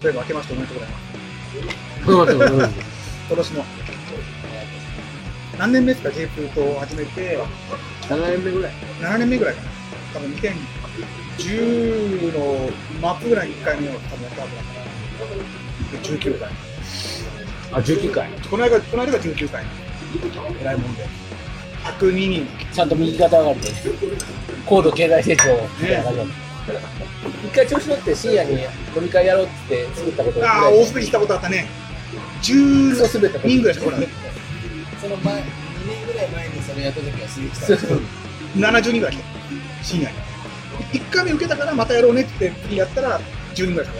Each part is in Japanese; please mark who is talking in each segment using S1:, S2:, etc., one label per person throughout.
S1: というわけで明けましておめでとうございます。
S2: 待って待って
S1: 今年の。何年目ですか、J プートを始めて、
S2: 7年目ぐらい。
S1: 7年目ぐらいかな。多分2010のマップぐらいに1回目を多分やったはずだから。で19回。
S2: あ、19回。
S1: この間、この間が19回なんで。偉いもんで。102人。
S3: ちゃんと右肩上がりです。高度経済成長みたいな感じだった一回調子乗って深夜に飲み会やろうって作ったこと
S1: ああ、大滑りしたことあったね。10
S3: クソ滑ったこと
S1: 人ぐらいしか来ない。
S4: その前、2年ぐらい前にそれやった時は鈴木さ
S3: そ
S4: ん
S3: う。そう
S1: 70人ぐらい来た深夜に1回目受けたからまたやろうねって次やったら10人ぐらい来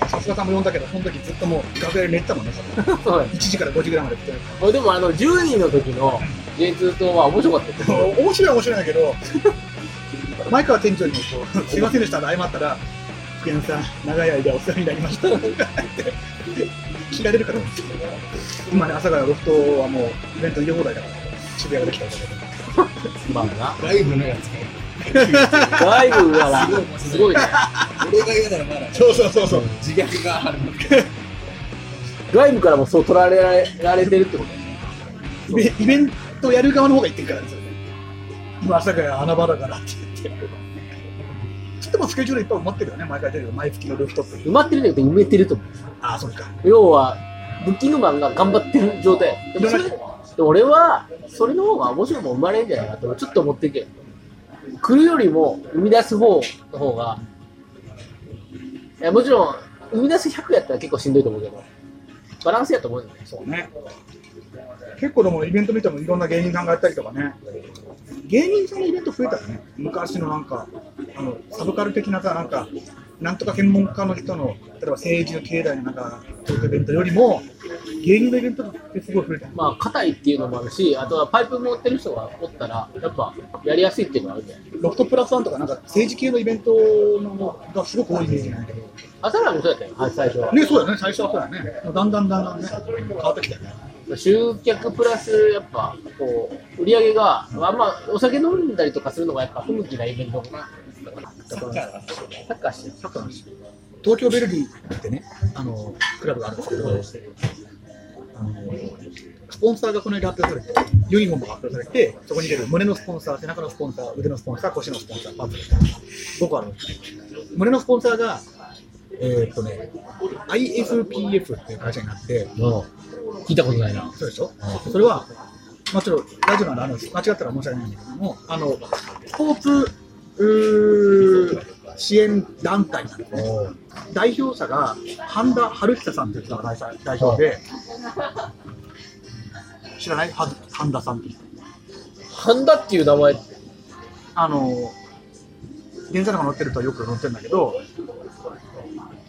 S1: たさすがさんも呼んだけどその時ずっともう楽屋で寝てたもんね
S2: そうなんで
S1: 1時から5時ぐらいまでって
S2: す俺でもあの、10人の時の J2 とは面白かったけど、
S1: 面白いは面白いんだけど 前川店長にもこう「すいませんでした」って謝ったら「福山さん長い間お世話になりました」って切られるから今ね朝からロフトはもうイベント入れ放題だから渋谷ができたんだけど
S2: まあな。
S4: ライブのやつか。
S2: 外部はな、す ごいね。
S4: 俺が言うならまだ、
S1: そうそうそうそう
S4: 自虐があるのか。
S2: 外部からもそう取られられられてるってことだよ
S1: イ
S2: ね。
S1: ベイベントやる側の方が言ってるからですよね。今、朝から穴場だからって言って。つってもスケジュールいっぱい埋まってるよね、毎回出るよ毎月のルーフトップ。
S2: 埋まってるんだけど埋めてると思う。
S1: ああ、そうか。
S2: 要は、ブッキングマンが頑張ってる状態。でもそれ
S1: いろんな
S2: で俺は、それの方が面白いもん生まれるんじゃないかとちょっと思ってるけど、来るよりも生み出す方の方が、いやもちろん、生み出す100やったら結構しんどいと思うけど、バランスやと思うよね。
S1: そうね。結構でもイベント見てもいろんな芸人さんがやったりとかね。芸人さんのイベント増えたよね。昔のなんか、あの、サブカル的なさ、なんか、なんとか専門家の人の、例えば政治の経済のなんか、トークイベントよりも、芸人のイベントってすごい増えたよね。
S2: まあ、硬いっていうのもあるし、あとはパイプ持ってる人がおったら、やっぱ、やりやすいっていうのがあるんじゃない
S1: ロフトプラスワンとか、なんか政治系のイベントのがすごく多いイメージなんだけど。
S2: 朝らもそうやったよ、はい最初は。
S1: ね、そうだよね、最初はそうだよね。だんだんだんだんね、変わってきたよね。
S2: 集客プラス、やっぱ、こう、売り上げが、あんま、お酒飲んだりとかするのが、やっぱ、不向きなイベントかな。
S1: だから、
S2: サッカーしてる。
S1: サッカーの話東京ベルディってね、あの、クラブがあるんですけど、あの、スポンサーがこの間発表されて、ユニフォームが発表されて、そこに出る胸のスポンサー、背中のスポンサー、腕のスポンサー、腰のスポンサー、パーツ5個あるんです胸のスポンサーが、えーっとね、IFPF っていう会社になって、
S2: 聞いたことないな。
S1: そうでしょ、それは、まあ、ちょっとラジオなんであの間違ったら申し訳ないんだけども、あのスポーツうー支援団体なんですね、代表者が半田晴久さんという人が代表代表で、知らないは半田さんって人
S2: ハンダっていう名前、
S1: あの電車とか乗ってるとよく乗ってるんだけど、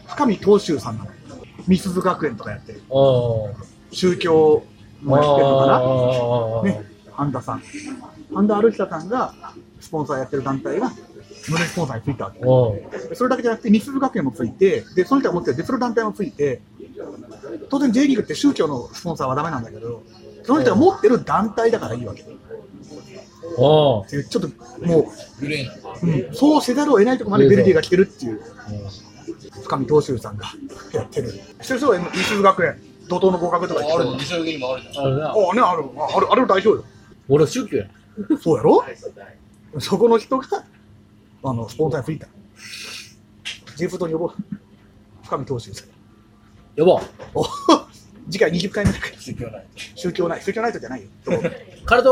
S1: 深見東秀さんなの、美鈴学園とかやってる、
S2: あ
S1: 宗教もやってるのかな。
S2: あ
S1: ね、ハンダさん。ハンダアルヒタさんがスポンサーやってる団体が、無料スポンサーについたわけ。それだけじゃなくて、日鈴学園もついて、で、その人が持ってる別の団体もついて、当然 J リーグって宗教のスポンサーはダメなんだけど、その人が持ってる団体だからいいわけ。っ
S2: あ
S1: ていう、ちょっとも
S4: グレーな。
S1: う、うんそうせざるを得ないところまでベルディが来てるっていう、深見東秀さんがやってる。一人そう、日鈴学園、怒涛の合格とか言ってる。
S4: 西荻にもあるじゃん。
S2: あれ
S1: あ
S2: な。
S1: あ、ね、ある、ある、ある代表よ。
S2: 俺は宗教や。
S1: そうやろそこの人が、あの、スポンサーについた。ジェフトに呼ぼう。深見投手です。
S2: やば。
S1: お次回20回目だ から、
S4: 宗教ない。
S1: 宗教ない。宗教ないとじゃないよ。
S2: 体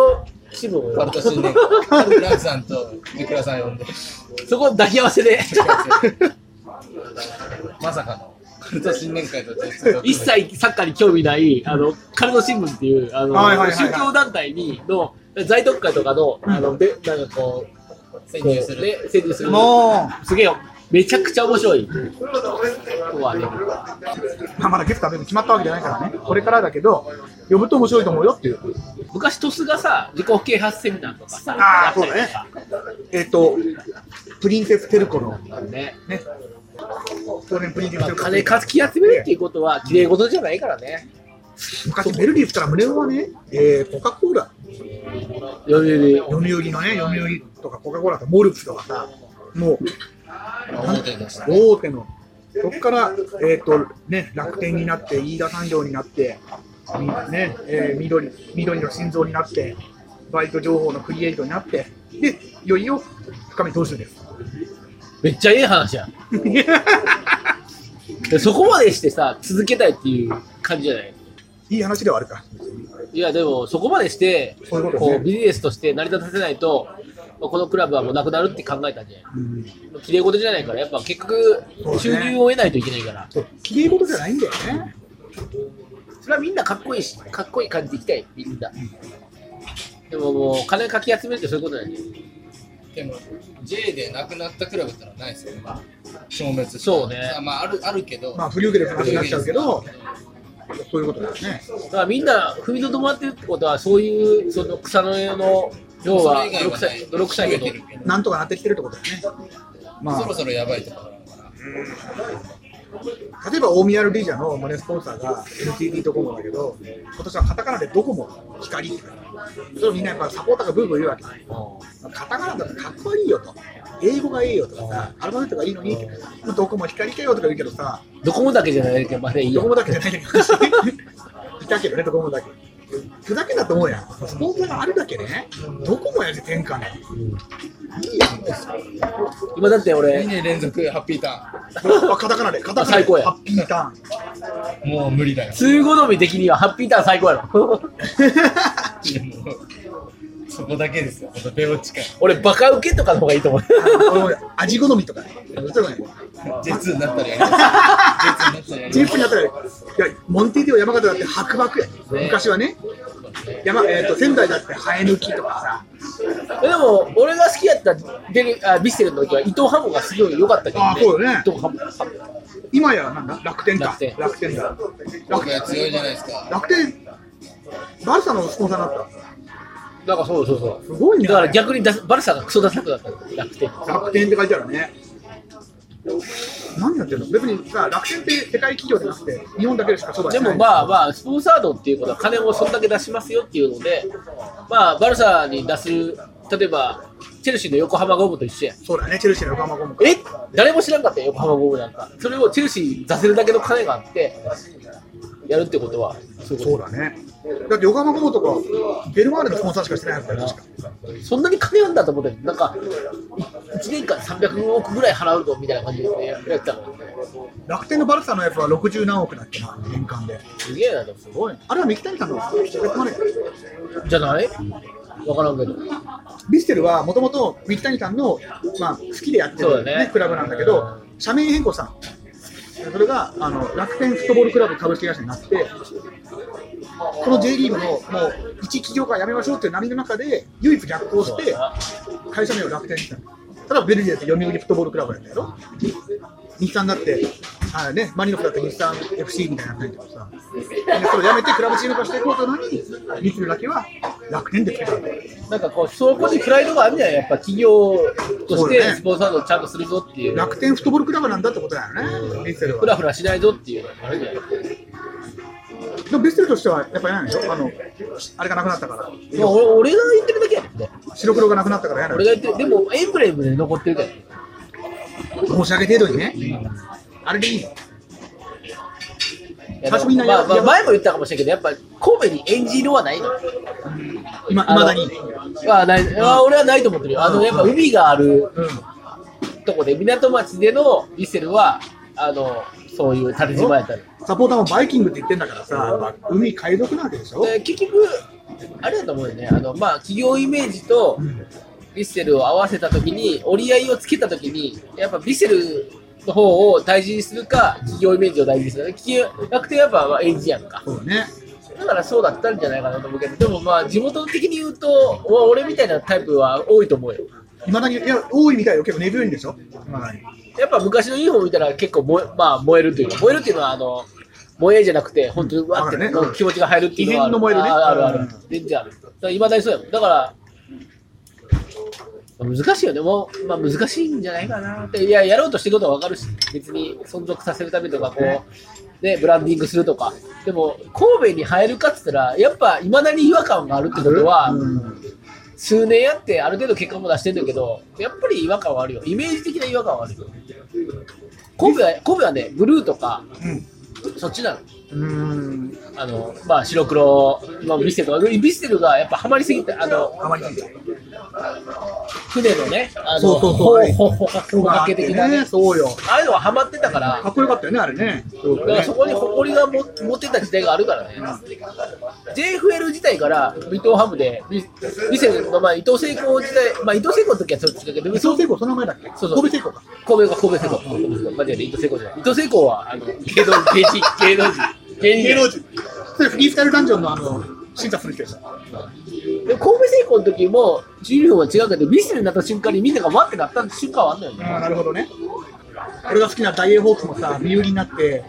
S2: 支部
S4: カルタ新年会。ラクさんとジクラさん呼んで。
S2: そこ抱き合わせで。
S4: まさかの。カルタ新年会と J2
S2: 一切サッカーに興味ない、あの、カルノ新聞っていう、あの、
S1: はいはいはいはい
S2: 宗教団体に、の、在特会とかの、あの、で、なんかこう、
S4: 潜入する。
S2: ね、潜入する。
S1: も
S2: すげえよ。めちゃくちゃ面白い。とはね。
S1: う、まあ、まだゲストは別に決まったわけじゃないからね。これからだけど、呼ぶと面白いと思うよっていう。
S2: 昔、鳥栖がさ、自己啓発セミナーとかさ、
S1: あー
S2: やったりとか
S1: えっ、と、プリンセステルコの、
S2: ね。
S1: ね。当然プリンセステルコ
S2: 金かき集めるっていうことは、綺麗事じゃないからね。
S1: 昔ベルディったら胸はね、えー、コカ・コーラ、
S2: よりより
S1: 読売のね、読売とかコカ・コーラとかモルプスとかさ、もう、
S4: 表に出して。
S1: 大手のそこから、えっ、と、ね、楽天になって、飯田産業になって、みね、えー緑、緑の心臓になって、バイト情報のクリエイトになって、で、いよいよ深め投手です。
S2: めっちゃええ 話やんそこまでしてさ続けたいっていう感じじゃない
S1: いい話ではあるか。
S2: いやでもそこまでして
S1: そういうこと
S2: こ
S1: で
S2: う
S1: す
S2: ビ
S1: ね。
S2: ジネスとして成り立たせないとこのクラブはもうなくなるって考えたんじゃない
S1: うん
S2: きれい事じゃないからやっぱ結局収入を得ないといけないから
S1: そうきれい事じゃないんだよね。
S2: それはみんなかっこいいしかっこいい感じでいきたいみんなでももう金かき集めるってそういうことなんだよ
S4: でも J でなくなったクラブってのはないですよね、まあ、消滅した
S2: そうね
S4: あまああるあるけど、
S1: まあ、不流下で話になっちゃうけど、そういうことだよね。
S2: だからみんな踏みとどまってるってことはそういうその草の根の要は
S4: それ以
S2: 泥
S4: 外は
S2: 臭
S4: ない
S2: い泥臭い
S4: 増え
S2: け
S4: てる
S2: ど
S4: けど
S1: なんとかなってきてるってことだよね。ま
S4: そろ
S1: あ、
S4: そろやばいところなのかな
S1: 例えば大宮のリージャの胸スポンサーが NTT ドコモだけど、今年はカタカナでドコモ、光って書いてあるそれをみんなやっぱサポーターがブーブー言うわけ。カタカナだとかっこいいよと。英語がいいよとかさ、アルファベットがいいのに、ドコモ光かよとか言うけどさ、
S2: ドコモだけじゃないけどまだいい
S1: ドコ
S2: よ
S1: モだけじゃないけど、 いたけどね、ドコモだけ。ふざけんなと思うやん。スポンサーがあるだけね、ドコモやで天下 ね。いいやん。
S2: 今だって
S4: 2
S2: 俺
S4: 年連続ハッピータ
S1: カタカナで、カタカナで、
S2: 最高や
S1: ハッピーターン。
S4: ーンもう無理だよ
S2: 通好み的にはハッピーターン最高やろ
S4: もうそこだけですよほんとベオチ感
S2: 俺バカウケとかの方がいい と思う
S1: 味好みとかね。そういうのね
S4: J2 になったらや ります J2 になったらや
S1: ジー
S4: りま
S1: プになったら、いや、モンティディオ山形だって白馬や、昔はね、山えー、と仙台だって生え抜きとか
S2: でも俺が好きやったデルあビッセルの時は伊藤ハムがすごい良かったけど、ね、
S1: あーそうだね
S2: 伊藤ハムハム
S1: さ、今やなんだ、楽天か
S2: 楽天、
S1: 楽天だ、楽
S4: 僕
S1: 天
S4: は、強いじゃないですか
S1: 楽天バルサのスポンサーになっ
S2: なんかそうそうそう
S1: た、すごいね、
S2: だから逆にダサバルサがクソダサくだった楽天
S1: 楽天って書いてあるね。何やってんの別にさ、楽天って世界企業じゃなくて、日本だけでしかそうだ
S2: で
S1: よね
S2: もまあまあスポンサードっていうことは金をそんだけ出しますよっていうのでまあバルサに出す例えばチェルシーの横浜ゴムと一緒やん
S1: そうだね、チェルシーの横浜ゴムか。
S2: え誰も知らんかったよ横浜ゴムなんかそれをチェルシーに出せるだけの金があってやるってことはそういう
S1: そ
S2: こ
S1: うだね。だって横浜ゴムとか、ベルマーレのスポンサーしかしてないはずだよ、確か。
S2: とそんなに金あんだと思ってなんか1年間300億ぐらい払うぞみたいな感じでやってたの
S1: 楽天のバルサのやつは60何億だっけな、年間で。
S2: すげえなでもすごいな
S1: あれは三木谷さんのやってもらえ
S2: じゃないわからんけど
S1: ビステルはもともと三木谷さんの、まあ、好きでやって
S2: そう
S1: る、
S2: だね
S1: ねクラブなんだけど、社名変更したの。それがあの楽天フットボールクラブ株式会社になって、この J リーグのもう一企業からやめましょうっていう波の中で、唯一逆行し
S2: そう
S1: て
S2: だ、な
S1: 会社名を楽天にしたの。ただベルギーだって読売フットボールクラブやったやろ。日産だって、あね、マリノフだって日産 FC みたいになったんだけどさ、でそれをやめてクラブチーム化していこうとなのに、ビステルだけは楽天でつけたんだよ。
S2: なんかこう、そこにプライドがあるんじゃないやっぱ企業と
S1: そ
S2: し
S1: うだ
S2: て
S1: ね
S2: スポンサードをちゃんとするぞっていう。
S1: 楽天フットボールクラブなんだってことだよね、ベッセル
S2: フラ
S1: は。
S2: フラしないぞっていうのがあるんじゃない
S1: でもベッセルとしてはやっぱり嫌なんでしょあの、あれがなくなったから、
S2: まあ俺俺が言ってるだけやもんね。
S1: 白黒がなくなったから嫌なん
S2: 俺
S1: で
S2: が言ってる、でもエンブレムで残ってるからね。
S1: 申し上げ程度にね、あれでいいの。
S2: いや
S1: 最初みんな
S2: まあまあ
S1: やば
S2: 前も言ったかもしれんけど、やっぱ神戸にエンジン色はないの。
S1: 今、い
S2: あの
S1: まだに。
S2: まあないあ俺はないと思ってるよ。あの、やっぱ海がある
S1: うん。
S2: とこで、港町でのヴィッセルは、あの、そういう縦島やったの。
S1: サポーターもバイキングって言ってんだからさ、やっぱ海海賊なわけでしょ
S2: で結局、あれだと思うよね。あの、まあ企業イメージと、
S1: うん
S2: ヴィッセルを合わせたときに、折り合いをつけたときに、やっぱヴィッセルの方を大事にするか、企業イメージを大事にするか、企業楽天やっぱまあエンジンやんか。
S1: そうだね。
S2: だからそうだったんじゃないかなと思うけど、でもまあ、地元的に言うと、まあ俺みたいなタイプは多いと思うよ。
S1: いまだに、いや、多いみたいよ、結構根強いんでしょいまだに。
S2: やっぱ昔のユニフォーム見たら結構燃え、まあ、燃えるというか、燃えるっていうのは、あの、燃えじゃなくて、本当にうわって、
S1: わかるねうん
S2: 気持ちが入るっていうのはある。
S1: 異変の燃えるね
S2: ああるある
S1: うん。
S2: 全然ある。だから、いまだにそうやもん。だから、難しいよね。もう、まあ、難しいんじゃないかなって。いや、やろうとしてることはわかるし、別に存続させるためとか、こ
S1: ね
S2: う、ね、ブランディングするとか。でも、神戸に入るかっつったら、やっぱ、いまだに違和感があるってことは、
S1: うん
S2: 数年やってある程度結果も出してんだけどやっぱり違和感はあるよイメージ的な違和感はあるよ神戸は、神戸はね、ブルーとか、
S1: うん
S2: そっちなの。
S1: うん、
S2: あの、まあ、白黒、まあ、ビステルとか、ビステルがやっぱハマりすぎて、あの、
S1: あまりすぎた。
S2: 船のね、あの、
S1: そうそうそう
S2: ほほほほほかけ的なね。
S1: そうよ。
S2: ああいうのがハマってたから、
S1: かっこよかったよね、あれね。そう
S2: だからそこに誇りがも持ってた時代があるからね、JFL 時代から伊藤ハムで、ビビセルの前、伊藤聖光時代、まあ、伊藤聖光の時はそうですけど、
S1: 伊藤聖光、その前だっけ
S2: そうそう
S1: 神戸聖光か。
S2: 神戸が神戸聖光、間違えて伊藤聖光じゃない、伊藤聖光はあの芸能芸人、芸能人、芸能人、
S1: それフリースタイルダンジョンのあの、審査する人でした。
S2: で神戸聖光の時も、ユニフォームは違うけど、ビセルになった瞬間にみんながわってなった瞬間はあんだよね。
S1: ああ、なるほどね。俺が好きなダイエーホークスもさ、身売りになって、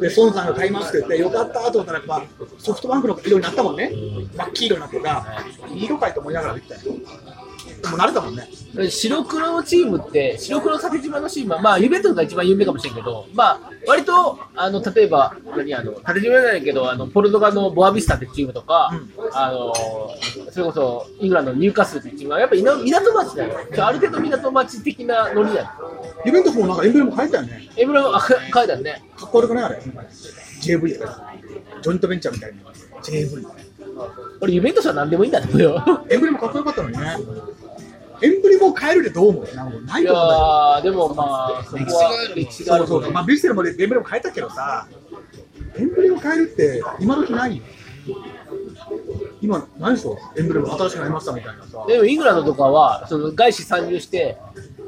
S1: で、孫さんが買いますって言って、よかったと思ったら、まあ、ソフトバンクの色になったもんね。真っ黄色になってさ、いい色かいと思いながら見てたよ。でも慣れたもんね。
S2: 白黒のチームって、白黒縦島のチームは、まあ、ユベントスが一番有名かもしれんけど、まあ、割と、あの、例えば、何、あの、縦島じゃないけど、あの、ポルトガルのボアビスタってチームとか、
S1: うん
S2: あの、それこそ、イングランドのニューカッスルっていうチームは、やっぱり港港町だよ。ある程度港町的なノリだよ。
S1: イベントスもなんかエンブレム変えたよね。
S2: エブラム、あ、か書いてあるね。
S1: かっこ悪くないあれ。JV だから。ジョイントベンチャーみたいな。JV。
S2: 俺、ユベントスは何でもいいんだと思 うよ。
S1: エンブレムかっこよかったのにね。エンブレムを変えるでどう思うなんかないいと
S2: や
S1: 思うんだよ。
S2: ー、でもまあ、そこは歴
S4: 歴
S2: 史
S4: 史
S2: があ
S1: そ
S2: る
S1: うそうそう。まあ、ビュッセルもエンブレム変えたけどさ、エンブレム変えるって今時ないよ。今、何でしょうエンブレム新しくなりましたみたいなさ。
S2: でもイングランドとかは、その外資参入して、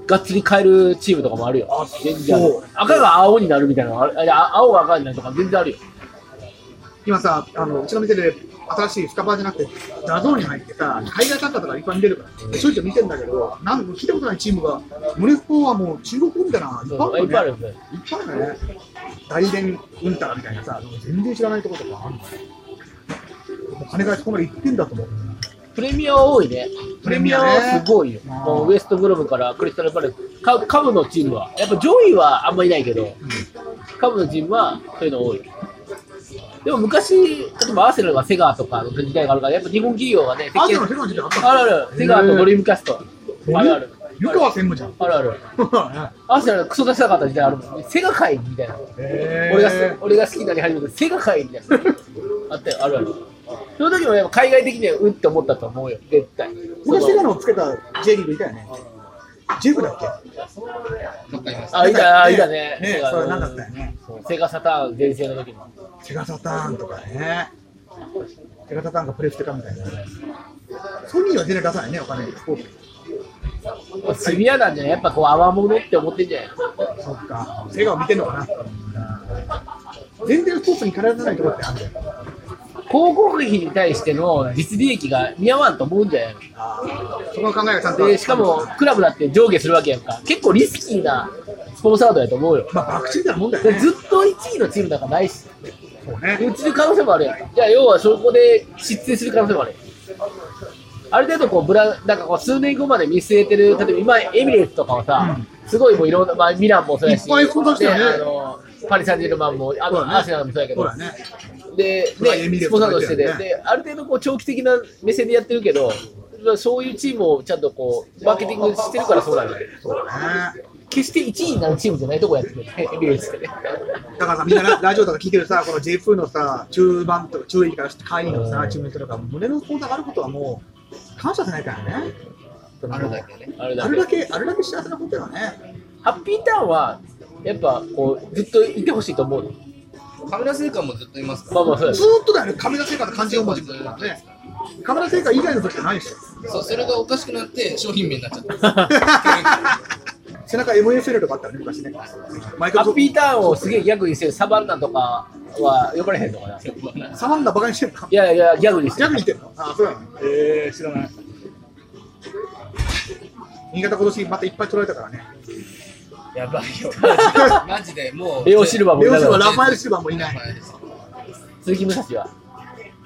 S2: がっつり変えるチームとかもあるよ。
S1: あ
S2: 全然ある
S1: そう
S2: 赤が青になるみたいなのがあるあいや青が赤になるとか全然あるよ。
S1: 今さ、あのうちの店で新しいスカパーじゃなくて、ダゾーンに入ってさ、海外サッカーとかいっぱい見てるから、でしょっちゅう見てんだけど、なん聞いたことないチームが、ムネフコはもう中国語みたいな、いっぱいあ
S2: いっ
S1: る
S2: ぱいあ
S1: よね。
S2: るよね。
S1: いっぱいあるよね。大連ウンタラみたいなさ、全然知らないところとかあるのねもう金がそこまで行ってんだと思う。
S2: プレミアは多いね。プ
S1: プ
S2: レ
S1: レ
S2: ミ
S1: ミ
S2: ア
S1: アね
S2: はすごいよ。
S1: あー
S2: もうウエストブロムからクリスタルパレス、カカブのチームは、やっぱ上位はあんまいないけど、カブのチームはそういうの多い。でも昔、例えばアーセナルがセガーとかの時代があるから、やっぱ日本企業はね、
S1: アーセナル
S2: 設計
S1: セガの時代あったの
S2: あるある、セガーとドリームキャスト。あるある。
S1: 湯川専務 じゃん。
S2: あるある。アーセナルがクソ出したかった時代あるもんね。セガ界みたいな。俺
S1: 俺
S2: がす俺が好きになり始めたセガ界みたいな。あったよ、あるある。その時もやっぱ海外的にはうんって思ったと思うよ、絶対。
S1: 俺が
S2: そ
S1: セガ
S2: の
S1: のつけた J リーグいたよね。ジェフだっけ
S4: どっかいました。
S2: あ、いた、あいたね。
S1: ね
S2: セガ
S1: それなんだったよね。
S2: そうセガサターン全盛の時も。
S1: セガサターンとかね。セガサターンがプレステかみたいな。ソニーは全然出さないね、お金スポーツ。
S2: シビアなんじゃないやっぱこう、泡物って思ってんじゃない
S1: そっか。セガを見てんのかな。全然スポーツに体出さないところってあるんだよ。
S2: 広告費に対しての実利益が見合わんと思うんじゃない
S1: あーそこの考えがちゃんと。
S2: で、しかも、クラブだって上下するわけやんか。結構リスキーなスポンサードやと思うよ。
S1: まあ、爆打みたいなもんだよ
S2: で
S1: ね。
S2: ずっと1位のチームなんかないし。
S1: そうね。
S2: うちる可能性もあるやん。じゃあ、要はそこで失墜する可能性もあるやん。ある程度こうブラ、なんかこう数年後まで見据えてる、例えば今、エミレーツとかはさ、すごいもういろんな、まあ、ミランもそうやし、
S1: いっぱい育てたよね
S2: であのパリ・サンジェルマンも、あ
S1: そ
S2: と、
S1: うだね
S2: アーセナルもそうやけ
S1: ほ
S2: ど、
S1: らね。
S2: で、
S1: そうだエミレ
S2: ね、
S1: ーツ
S2: スポンサードしてて、
S1: とかね
S2: で、ある程度こう長期的な目線でやってるけど、そういうチームをちゃんとこう、マーケティングしてるからそうなんだよ。
S1: そうだね。
S2: 決して1位になるチームじゃないとこやってるよね、エミレーツってね。
S1: だからさ、みんなララジオとか聞いてるさ、この J 風のさ、中盤とか中位から会員のさ、中面とか、胸の講座があることはもう、感謝しないからね。
S4: あるだけね。
S2: あれ
S1: あ
S2: だ
S1: れ
S2: け
S1: だけ、あれだけ幸せなことよね。
S2: ハッピーターンは、やっぱこうずっといてほしいと思う。
S4: カメラ製館もずっといますから。
S2: まあまあそうや
S1: ずーっとだよね、亀田製菓の漢字4文字
S4: ず
S1: み
S4: っと
S1: たいな
S4: いま
S1: ね。亀田製菓以外の時じゃないでしょ。
S4: すそう、それがおかしくなって商品名になっちゃった。
S1: 背中 MSL とかあったよね、昔ね。マイク
S2: ハ
S1: ロソ
S2: ッ
S1: フ
S2: ピーターンをすげえギャグにしてるサバンナとかは呼ばれへんのかな。い
S1: ト、サバンナバカにしてんの
S2: やいや、ギャグにして
S1: 逆
S2: る
S1: に。言ってんのあ、そうなのえー、知らない。新潟今年またいっぱい取られたからね。
S4: やばいよ。マジでもう。
S2: レオシルバーもい
S1: レオ
S2: な
S1: シ
S2: が
S1: ルバー、
S2: ら、
S1: ラファエル・シルバーもいない。
S4: 前です
S2: 鈴木武蔵は。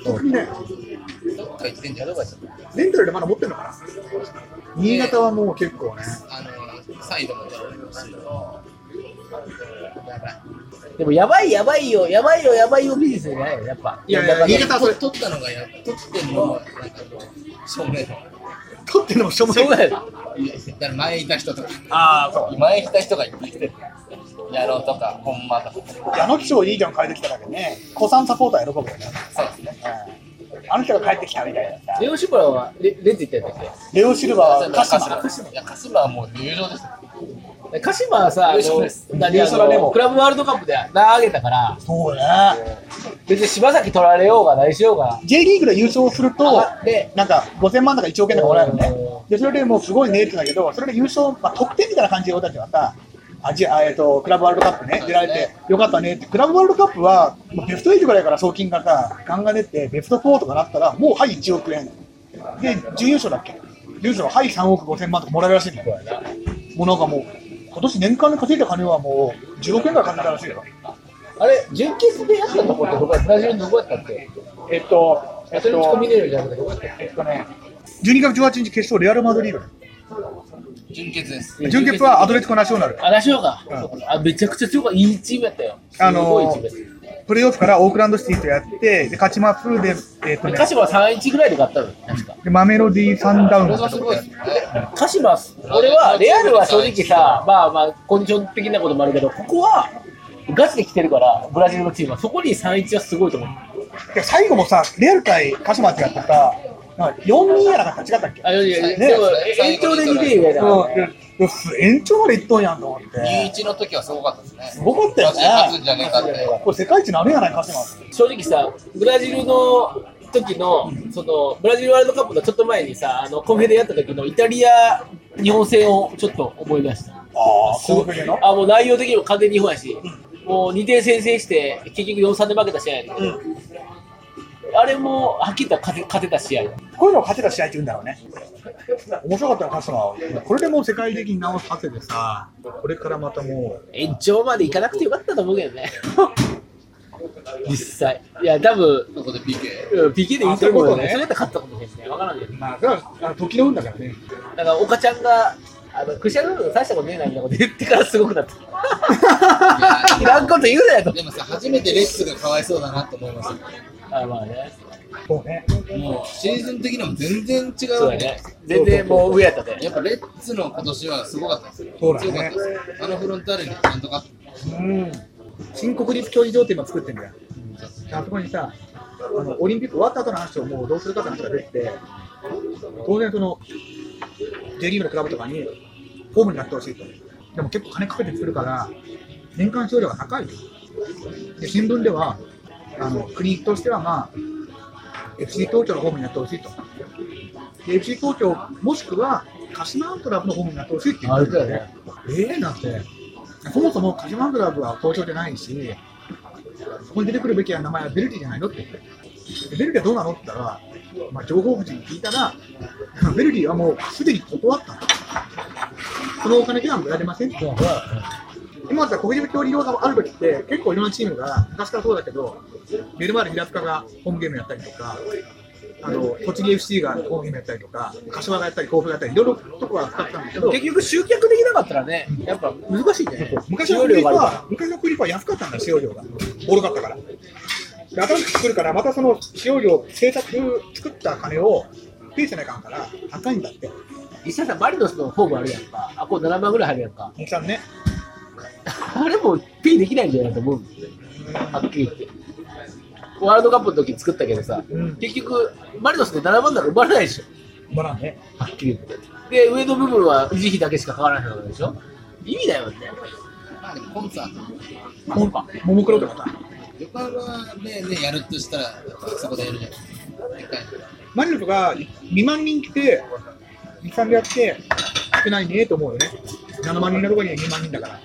S1: 特にね、
S4: どっか行ってんじゃん。
S1: レンタルでまだ持ってるのかな新潟はもう結構ね。
S4: あの、サイドも取られますし。やばい。
S2: でもやばいやばいよ、やばいよ、やばいよビジネスじゃないよ、やっぱ。
S1: いやいや、新潟はそれ、
S4: 取ったのがや、取ってんのも、なんかもう、しょうもないの。
S1: 取ってるのもしょうも
S2: そう
S1: ない。
S2: やない
S4: やだから前いた人とか、
S2: ああ、そ
S4: 前いた人がいっぱい来てる。野郎とか、本間とか。
S1: 矢野基をいいじゃん変えてきただけね、古参サポーター喜ぶよね。
S4: そうですね。
S1: うんあの人が帰ってきたみたいなさ。
S2: レオシュプラはレレンズ行ったんだっ
S1: レオシルバーは鹿島。
S4: 島。いや、鹿島はもう入場です。
S2: け鹿島はさ、あ
S4: 優勝です
S2: の何あ
S1: 優勝はでも
S2: のクラブワールドカップで投げたから、
S1: そうね。
S2: 別に柴崎取られようが何しようが、
S1: J リーグで優勝すると
S2: あ、で
S1: なんか5000万とか1億円とかもらえるのね。で、それでもうすごいねって言うんだけど、それで優勝、まあ、得点みたいな感じで俺たちはさ、アジア、えっと、クラブワールドカップね、出られて、よかったねって、クラブワールドカップは、もうベスト8ぐらいから賞金がさ、ガンガン出て、ベスト4とかなったら、もうはい1億円。で、準優勝だっけ準優勝ははい3億5000万とかもらえるらしいんだよ。もうなんかもう、今年年間で稼いだ金はもう10億円ぐらい稼いだらしいよ。
S2: あれ、準決でやったとこってどこや、ブラジルのどこやったっけ
S1: えっと、え
S2: ア
S1: っ
S2: トレチコミ
S1: と、
S2: ネールじゃなくてどこやったっけ
S1: えっとね、12月18日決勝レアル・マドリードだよ
S4: 準決です。
S1: 準決はアドレティコナショナル。
S2: あ、ラシオか、
S1: う
S2: あ、めちゃくちゃ強かった。いいチームやったよ。
S1: あのー
S2: すごいチームやっ
S1: プレーオフからオークランドシティとやって、で勝ちマップで、えっ、と
S2: た
S1: ね
S2: 鹿、島は3-1ぐらいで勝ったのよ確か。
S1: でマメロディーサンダウン
S4: これ
S1: ズ
S4: が
S1: と
S4: す
S1: か
S4: ごいですね。
S2: 鹿島、俺は、レアルは正直さ、まあまあ、コンディション的なこともあるけど、ここは、ガチで来てるから、ブラジルのチームは、そこに3-1はすごいと思う。
S1: いや最後もさ、レアル対鹿島ってやってさ、なんか4-2やらなんか違ったっけ、
S2: あ、いやいや、
S1: ね
S2: でも、延長で2点以外だから、
S1: うん、す延長までいっとんやんと思って、
S4: 21の時はすごかったですね。
S1: すごかった
S4: ブラ
S1: よ
S4: ジル勝つん
S1: ね。
S4: じゃねえかって。
S1: これ世界一なるんやない鹿島って。
S2: 正直さ、ブラジルの時の、その、ブラジルワールドカップのちょっと前にさ、あの、コンフェでやった時のイタリア、日本戦をちょっと思い出した。
S1: ああ、すごくねの。
S2: あもう内容的にも完全に日本やし、もう2点先制して、結局4、3で負けた試合やねんけど、あれもはっきり言ったら勝て勝てた試合
S1: こういうのを勝てた試合って言うんだろうね。面白かったよ、鹿島は。
S5: これでもう世界的に名を馳せてさ、これからまたもう、
S2: 延長までいかなくてよかったと思うけどね、 実際。いや、多分
S4: そこで PK。
S2: うん PK でいいと思うよね。
S5: あそう
S2: それやったら勝ったことですね、分からんけど。
S5: まあ、それはあ時の運だからね。
S2: だから、岡ちゃんが、あのクシャルール大したことねえなみたいなこと言ってからすごくな った。いらんこと言うなよと。
S4: でもさ、初めてレッツがかわいそうだなと思いまし
S2: あまあね、
S1: そうね。
S4: た。もうシーズン的にも全然違
S2: そうう
S4: わ
S2: だ
S4: けじゃない
S2: ね
S4: ですか。。
S2: 全然もう上やったね。
S4: やっぱレッツの今年はすごかったですよ。
S1: そうだね
S4: 強かったですよ。あのフロンターレになんとか
S1: うん。
S5: 新国立競技場って今作ってんだよ。あそこにさ、あのオリンピック終わった後の話をもうどうするかって話が出てて、当然その、J リーグのクラブとかに、ホームになってほしいと。でも結構金かけて作るから、年間使用料が高いよで、新聞では、あの国としてはまあ、FC 東京のホームになってほしいと。で FC 東京、もしくは、鹿島アントラブのホームになってほしいって言ってるんだよね。ええなって。そもそも鹿島アントラブは東京じゃないし、そこに出てくるべき名前はベルディじゃないのって言って、ベルディはどうなのって言ったら、まあ、情報筋に聞いたら、 ベルディはもうすでに断ったと。そのお金ではもらえませんって言ったら、今だったら国立競技場があるときって、結構いろんなチームが、昔からそうだけど、ベルマーレ平塚がホームゲームやったりとか、あの栃木 FC がホームゲームやったりとか、柏がやったり、甲府がやったり、いろいろとこが使ってたんだけど、
S2: 結局集客できなかったらね、やっぱ難しいね。
S1: 昔のクリーは、昔のクリーは安かったんだ、使用量が。ボロかったから。で、新しく作るから、またその使用量、制作、作った金を、ペイせなきゃあかんから、高いんだって。
S2: 石田さん、マリノスのフォームあるやんか。あ、こう7万ぐらい入るやんか。
S1: おきさんね。
S2: あれもペイできないんじゃないかと思うんですよね。はっきり言って。ワールドカップの時作ったけどさ、
S1: うん。
S2: 結局、マリノスで7万なら生まれないでしょ。
S1: まあね。
S2: はっきり言って。で、上の部分は維持費だけしかかからないわけでしょ。意味だよね。
S4: まあでもコンサート、
S1: もももクロとかさ。
S4: 横浜でね、やるとしたら、そこでやるじゃないですか。でかいの
S1: マリノスが2万人来て、2、3でやって、少ないねと思うよね。7万人のところには2万人だから。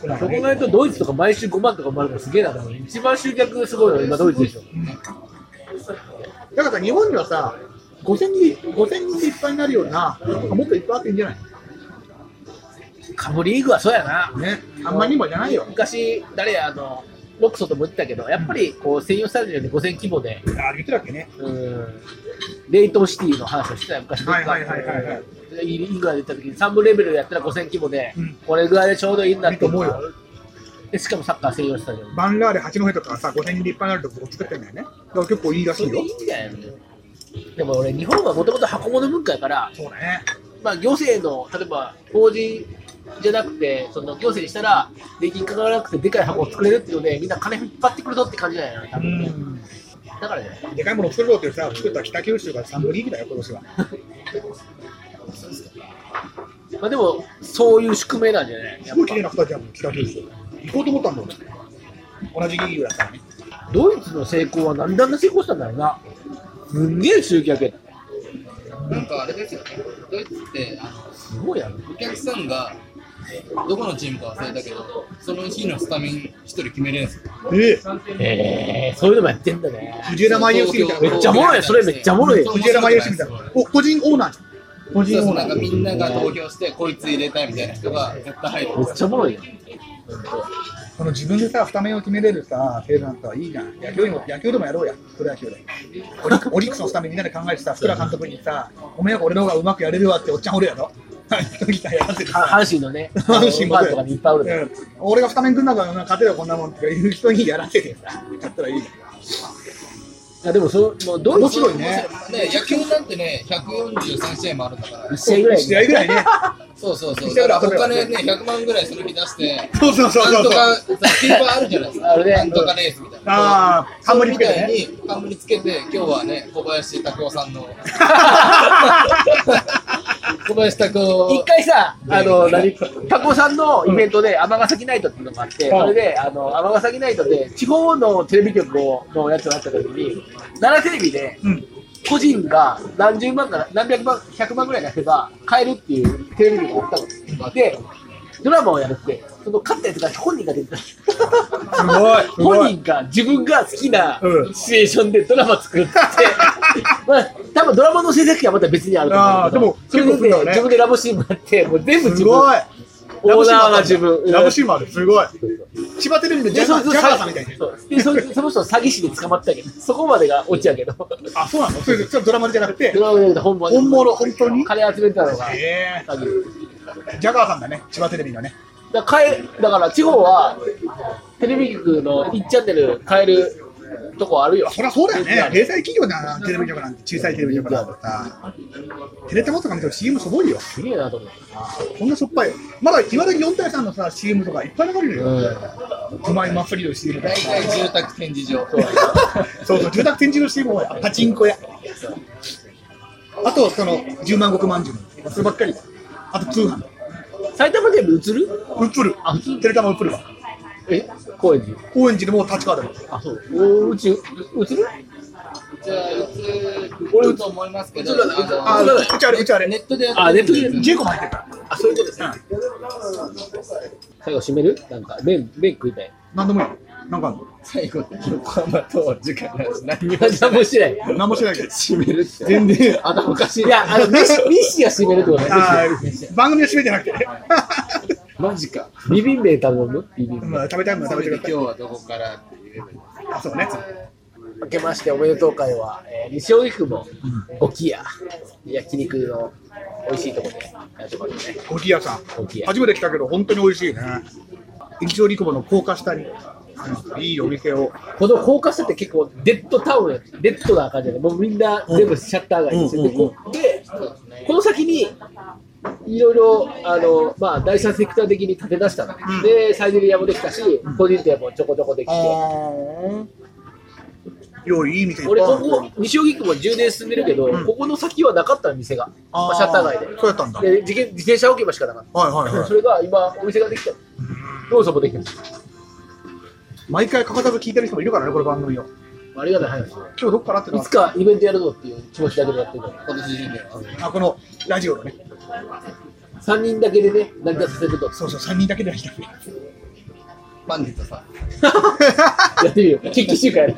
S1: 少ない
S2: そ
S1: よ
S2: こ
S1: ね。
S2: ないとドイツとか毎週5万とか生まれるのすげえなと思う。一番集客すごいのは今ドイツでしょ。
S5: だから日本にはさ、5000人、5000人でいっぱいになるような、もっといっぱいあっていいんじゃない
S2: カブリーグはそうやな。
S5: ね、あんまりにもじゃないよ。
S2: 昔、誰や、あの、ロックソとも言ってたけど、やっぱりこう専用スタジオで5000規模で、
S1: あ、言ってたっけね。
S2: うんレイトンシティの話をしてたよ、昔、
S5: はいはいはいはいはい
S2: イングランド行った時に3部レベルやったら5000規模で、
S1: うん
S2: これぐらいでちょうどいいんだって
S1: いいと思うよ
S2: でしかもサッカー専用スタジオ
S1: バンラーレ八戸とかさ、5000人でいっぱいになるとこ作ってんだよね。だから結構いいらし
S2: そ
S1: い
S2: れで
S1: よ
S2: い。いんじゃないのでも俺日本はもともと箱物文化やから、
S1: そうね。
S2: まあ、行政の例えば法人じゃなくて、その行政にしたら、税金かからなくてでかい箱を作れるっていうので、みんな金引っ張ってくるぞって感じじゃないの、多分
S6: ん。
S2: だからね、
S1: でかいものを作ろうってさ、作った北九州が3分リーグだよ、今年は。
S2: まあ、でも、そういう宿命なんじゃない
S1: すごい綺麗なスタジアム、北九州。行こうと思ったんだもん。同じリーグだからね。
S2: ドイツの成功は何であんな成功したんだろうな。すんげえ集客やった。
S4: なんかあれですよね、ドイツってあの
S2: すごいやろ。
S4: お客さんがどこのチームか忘れたけど、その日のスタメン1人決めれるんですよ。
S1: ええ。
S2: ええそういうのもやってんだね。
S1: 藤枝舞吉みたい
S4: 東
S1: な。
S2: めっ
S4: 京
S2: ちゃおもろいそれめっちゃおもろい
S1: 藤枝舞吉みたいな。お、個人オーナーじゃん。個人
S4: そ
S1: オー
S4: うそう
S1: ナ
S4: なんか
S1: ー。
S4: みんなが投票して、こいつ入れたいみたいな人が絶対入る。
S2: めっちゃおもろいよ。
S1: この自分でさ、二目を決めれるさ、制度なんかいいじゃん。野球にも、野球でもやろうや。プロ野球で。オリックオリ ックスのスタメンみんなで考えてさ、福田監督にさ、おめえは俺の方がうまくやれるわっておっちゃんおるやろ。 はい、時たやらせてさ。
S2: 阪神のね、
S1: 阪神も
S2: ファンとかにいっぱいおるね。
S1: うん、俺が二面くんなから勝てよこんなもんっていう人にやらせてさ、やったらいいじ
S2: いやでもそのもう
S1: ゃん。
S2: ドイ
S1: 面
S2: ツ
S1: 白いね。
S4: ね、野球なんてね、143試合もあるんだから
S2: 一、試合ぐらい
S1: 試合ぐ らいね。
S4: そうそうそう、
S1: 一緒ぐらい
S4: だから
S1: 遊
S4: お
S1: べ
S4: 金
S1: ばね
S4: ね、100万ぐらいその日出して、
S1: そうそうそう
S4: な
S1: そ
S4: ん
S1: う
S4: と。か、ザキーパーあるじゃないですか、
S2: あるね
S4: なんとかレースみたいな。
S1: ああ、
S4: そ
S1: 冠つ
S4: れみ
S1: け
S4: た
S1: て
S4: い
S1: ね。
S4: に冠つけて、今日はね、小林拓夫 さんの。小林拓
S2: 一
S4: 夫。
S2: 回さ、あの、何、タコさんのイベントで、尼崎ナイトっていうのがあって、それで、あの、尼崎ナイトで、地方のテレビ局のやつをやった時に、奈良テレビで、
S1: うん。
S2: 個人が何十万から何百万、100万ぐらい出せば買えるっていうテレビ局があったの。で、ドラマをやるって、その勝ったやつが本人が出てた。
S1: すごい。すご
S2: 本
S1: い。
S2: 人が自分が好きな
S1: うん
S2: シチュエーションでドラマ作 って、まあ、多分ドラマの制作費はまた別にあると思うんだけど
S1: あ、ー
S2: そ
S1: で
S2: れ
S1: も結
S2: で、
S1: 構するんだね
S2: 自分でラブシーンもやって、もう全部
S1: す
S2: 自分、
S1: ごい。
S2: オーナーが自分。
S1: ラブシーンもある。すごい。千葉テレビのジ
S2: で
S1: ャガ
S2: そい
S1: ージ
S2: つ
S1: ャガーさんみたいな。
S2: そうでそいつその人詐欺師で捕まったけど、そこまでが落ち やけど、
S1: あ、そうなのそれそれドラマじゃなくて
S2: ド、ラマで本物
S1: 本物、本当に
S2: 金集めてたのが詐
S1: え
S2: 欺。
S1: え。ジャガーさんだね。千葉テレビのね。
S2: だから変えだから地方はテレビ局の1チャンネル変えるとこあるよ。
S1: そりゃそうだよね。零細企業だな、テレビ局なんて。小さいテレビ局なんてさ。テレタマとか見ても CM すごいよ。
S2: すげえなと思う。
S1: こんなしょっぱいよ。まだ今だけ4対3のさ、CM とかいっぱい流れるよ。
S2: う
S1: うまい祭りの CM とか
S4: 大。体住宅展示場。
S1: そうそう、住宅展示の CM もパチンコ屋。あと、その、10万石まんじゅうの。そればっかり。あと、通販。
S2: ん、埼玉県部映る
S1: うっぷる。
S2: あ、普通
S1: テレタマうっぷるわ。
S2: え、高円寺。
S1: 高円寺でもう立川だもん。
S2: あ、そう。おうち、映る
S4: じゃあ、映ると思いますけど、
S2: 映らない
S1: あ、
S4: あの
S1: うちあれ、うちあれ。
S4: ネットでやって
S2: あネットでやる
S1: ジェイコも入ってるから。
S2: あ、そういうことですね。最後締めるなんか、麺、麺食いたい。
S1: なんでもいいよ。なんかあんの
S4: 最後に横浜と時間なし何もし
S2: 何もしない。
S1: 何もしないけど。
S4: 閉めるって
S1: 全然。
S4: 頭おかしい
S2: いや、あ の、ミッシーミッシーが締めるってことね。
S1: あー番組の締めじゃなくて。
S4: マジか
S2: ビビン麺頼むビビン麺。
S1: まあ食べたいもの
S4: そ
S1: 食
S4: れ
S1: べ
S4: で
S1: てくださ
S4: 今日はどこからって言えばいい
S1: い。あ、そうね。
S2: 明けましておめでとう会は、えー、西荻窪、ゴキヤ、焼肉の美味しいとこでやってもらってね。
S1: ゴキヤさん。
S2: ゴキヤ。
S1: 初めて来たけど、本当に美味しいね。一応、リコボの高架下に、いいお店を。
S2: この高架下って結構デッドタウンやデッドな感じで、もうみんな全部シャッター街ですよ、
S1: うんうんうん
S2: でこでこの先にいろいろあの、まあ、第三セクター的に建て出したの、
S1: ん
S2: でサイゼリアもできたし、個人店もちょこちょこできて、
S1: よいいい店いっぱい
S2: 俺
S1: ある
S2: ここ西荻窪10年住んでるけど、
S1: うん
S2: ここの先はなかったの店が、
S1: あ
S2: まあ、シャッター街で
S1: そうやったんだ。はい
S2: で自転自転車置き場しかなかっ
S1: はい
S2: た、
S1: はい
S2: そ。れが今お店ができたローソンもできた
S1: 毎回欠かさず聞いてる人もいるからね、これ番組を。今
S2: ありがたい話ですよ
S1: 日どっからっての
S2: い
S1: は
S2: つ、かイベントやるぞっていう気持ちだけでやってるから
S4: 今年中には
S1: あこのラジオのね、
S2: 3人だけでね成り立たせると
S1: そうそう、3人だけでやりたい。
S4: パンディットさ
S2: やってみよう。決起集会やる。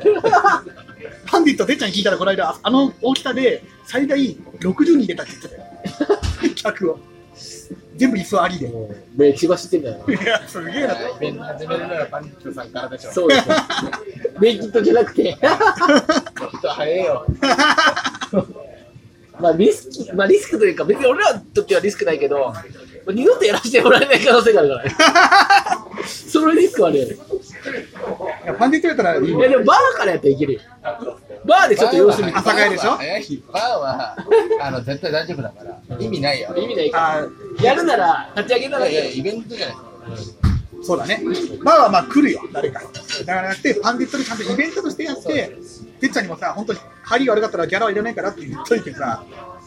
S1: パンディット、てっちゃんに聞いたら、この間、あの大きさで最大60人入れたって言ってたよ。 客を。全部椅子ありで。い
S2: 目血走ってんだよ
S1: や、すげえな。
S4: イベント始めるならパンディットさんからでしょ
S2: な。そうですよ。メイキットじゃなくて。
S4: ちょっと早いよ
S2: まあリスク、まあリスクというか、別に俺らにとってはリスクないけど、もう二度とやらせてもらえない可能性があるからね。 そのリスクはあるよね。
S1: いやパンディットやったらいい
S2: い
S1: ね。
S2: やでもバーからやったらいけるよ。バーでちょっと様子見て
S4: バーは
S1: 朝会でしょ
S4: 早いバーは、あの、絶対大丈夫だから。意味ないよ。
S2: 意味ないか
S1: あ
S2: らやるなら立ち上げなら
S4: いやいや、
S2: ね
S4: イベントじゃない。
S1: ーそうだね。まあまあまあ来るよ、誰か。だからなくて、パンディットでちゃんとイベントとしてやって、てっちゃんにもさ、本当に、針が悪かったらギャラはいらないからって言っといてさ、